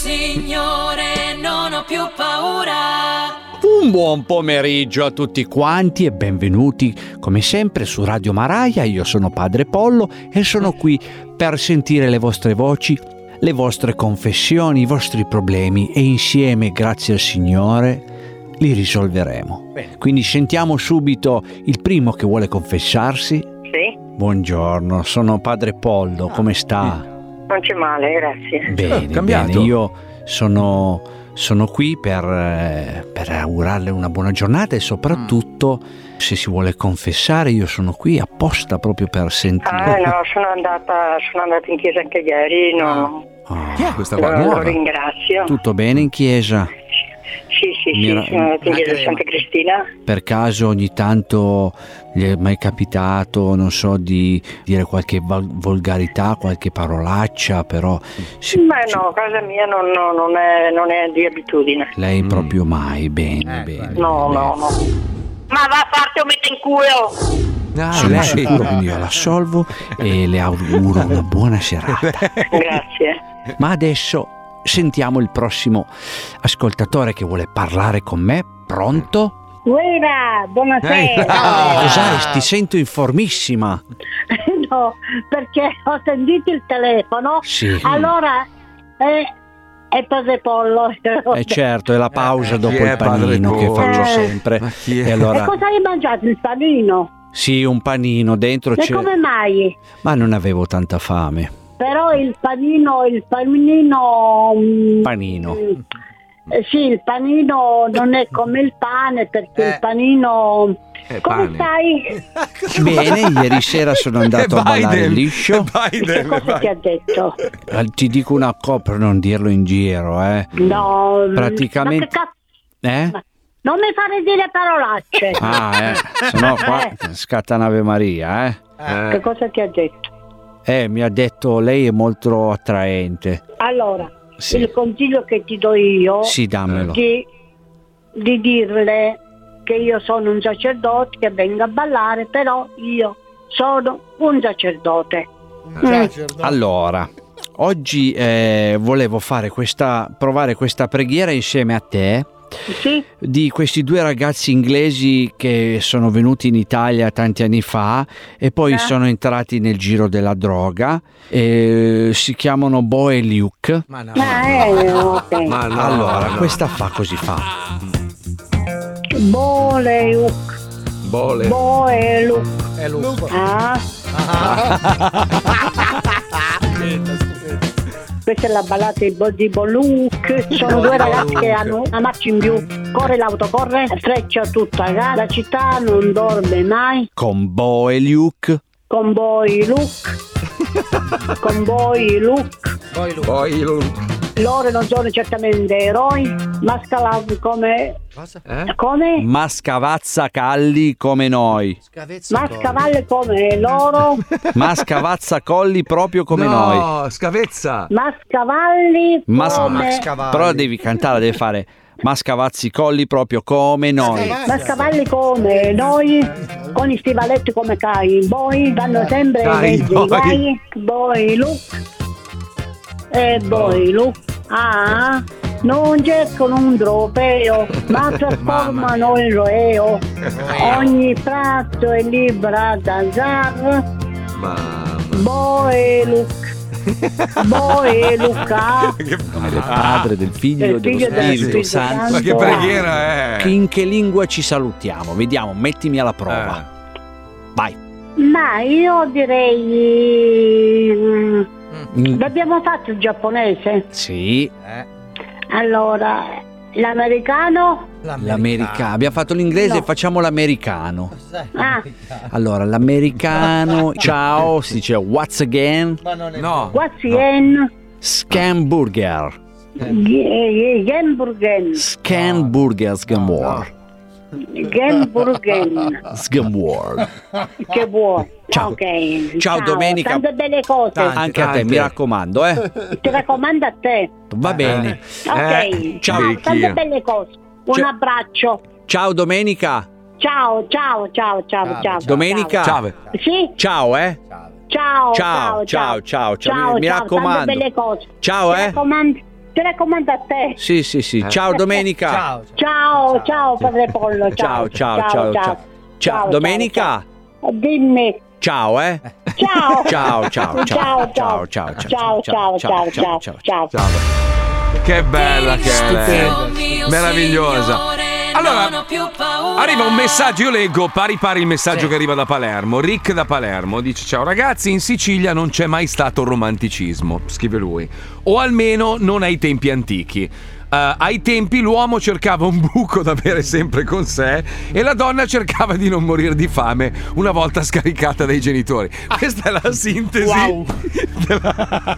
Signore, non ho più paura. Un buon pomeriggio a tutti quanti e benvenuti come sempre su Radio Maraia, io sono Padre Pollo e sono qui per sentire le vostre voci, le vostre confessioni, i vostri problemi e insieme, grazie al Signore, li risolveremo. Bene. Quindi sentiamo subito il primo che vuole confessarsi. Sì, Buongiorno, sono Padre Pollo, come sta? non c'è male, grazie. Bene, Ah, cambiato. bene, io sono, sono qui per, eh, per augurarle una buona giornata e soprattutto Mm. se si vuole confessare io sono qui apposta proprio per Ah sentire. no, sono andata, sono andata in chiesa anche ieri, no, Ah, Chi è Eh, questa lo, qua? lo Nuova? ringrazio. Tutto bene in chiesa? Sì, sì, sì, Mira- sono andata in Ah, chiesa crema. Santa Cristina. Per caso ogni tanto gli è mai capitato, non so, di dire qualche val- volgarità, qualche parolaccia, però... si- Ma si- no, casa mia non, no, non è, non è di abitudine. Lei Mm. proprio mai, bene, Eh, bene. No, no, no. Ma va a farti un metto in culo! Ah, Sono lei. sicuro, quindi io la salvo e le auguro una buona serata. Grazie. Ma adesso sentiamo il prossimo ascoltatore che vuole parlare con me. Pronto? Guerra, Eh, buonasera. Ah. Cos'hai? Ti sento informissima. no, perché ho sentito il telefono. Sì. Allora, eh, è Padre Pollo. Eh certo, è la pausa Eh, dopo chi è il panino Padre Eh. che faccio Paolo? sempre. Ma chi è? E E allora, cosa hai mangiato il panino? sì, un panino dentro E c'è. come mai? Ma non avevo tanta fame. Però il panino, il panino... mm, Panino. mm, eh, sì, il panino non è come il pane perché Eh. il panino... Eh, Come pane. stai? Eh, Bene, ieri sera sono andato a ballare Biden. liscio. Biden, Cosa ti ha Biden. detto? Eh, Ti dico una cosa per non dirlo in giro, eh. No, mm, Praticamente- ma che cazzo- Eh? Ma- Non mi fare dire parolacce. Ah, eh. Sennò qua Eh. scatta Ave Maria, eh. Che Eh, cosa ti ha detto? Eh, mi ha detto lei è molto attraente. Allora, Sì, il consiglio che ti do io sì dammelo. di, di dirle che io sono un sacerdote che vengo a ballare, però io sono un sacerdote. Allora, oggi eh, volevo fare questa, provare questa preghiera insieme a te Sì? di questi due ragazzi inglesi che sono venuti in Italia tanti anni fa e poi Eh. sono entrati nel giro della droga. Eh, si chiamano Bo e Luke. Ma no. Ma eh, ok. Ah. Ma no, allora, no. questa fa così fa. Boleu, Bole. boelu. Ah, questa è la ballata di Bo- di Boluc. Sono due ragazzi che hanno una marcia in più. Corre l'auto, corre, freccia tutta gara. La città non dorme mai. Con Bo e Luke. Con voi Luke. Con voi Luke. Poi lo... Loro non sono certamente eroi, ma scalati come... Eh? come? Mascavazza Calli come noi. Ma scavalle come loro, Mascavazza Colli proprio come no, noi. scavezza. ma scavalli Ma- come... Però devi cantare, devi fare Mascavazzi Colli proprio come noi. Ma scavalli come noi, con i stivaletti come Kai, voi vanno sempre in Dai, mezzo voi. ai guai, voi Luke e voi Luke. Ah, non cercano un trofeo, ma trasformano il roeo. Ogni pranzo è libera da zar, Ma... voi Luke. Voi Boh, eh, Luca, Nome Del padre, del figlio, Del dello figlio e del Spirito Spirito Santo. Ma che Santo. preghiera è? Eh. In che lingua ci salutiamo? Vediamo, mettimi alla prova. Eh. Vai. ma io direi mm, Mm, l'abbiamo fatto il giapponese. Sì, Eh, Eh, Allora, l'americano? l'americano. Abbiamo fatto l'inglese, No. facciamo l'americano. Ah, Allora, l'americano, ciao, si dice what's again? No. Guazien, Scamburger. eh, Gemburgen, Scamburger, Scamwar. Gemburgen, Scamwar. che vuoi. Ciao. Ok, Ciao, Domenica. Tante belle cose, Anche a te, mi raccomando, eh. ti raccomando a te. Va bene. Ok, Eh, ciao. sì, chi tante è? belle cose. Un Ciao. abbraccio. Ciao Domenica. Ciao, ciao, ciao, ciao, ciao. ciao. Domenica. Ciao. Sì, Ciao, eh. ciao. Ciao, ciao, ciao, ciao. Mi- mi ciao, raccomando. Tante belle cose. Ciao, Ti eh. raccomando. te la comando a te. Sì, sì, sì. Eh. Ciao Domenica. Ciao. Ciao, ciao padre Pollo, ciao, ciao, ciao. ciao. Ciao, Domenica. ciao. Dimmi. Ciao, eh. Ciao. Ciao, ciao, ciao, ciao, ciao, ciao, ciao, ciao, ciao, ciao, ciao, ciao, ciao. Ciao. Che bella che è. Stupendo. lei. Meravigliosa. Allora, Arriva un messaggio, io leggo pari pari il messaggio Sì. che arriva da Palermo. Rick da Palermo dice: Ciao ragazzi, in Sicilia non c'è mai stato romanticismo, scrive lui, o almeno non ai tempi antichi. Eh, ai tempi l'uomo cercava un buco da avere sempre con sé e la donna cercava di non morire di fame una volta scaricata dai genitori. Questa è la sintesi Wow. della,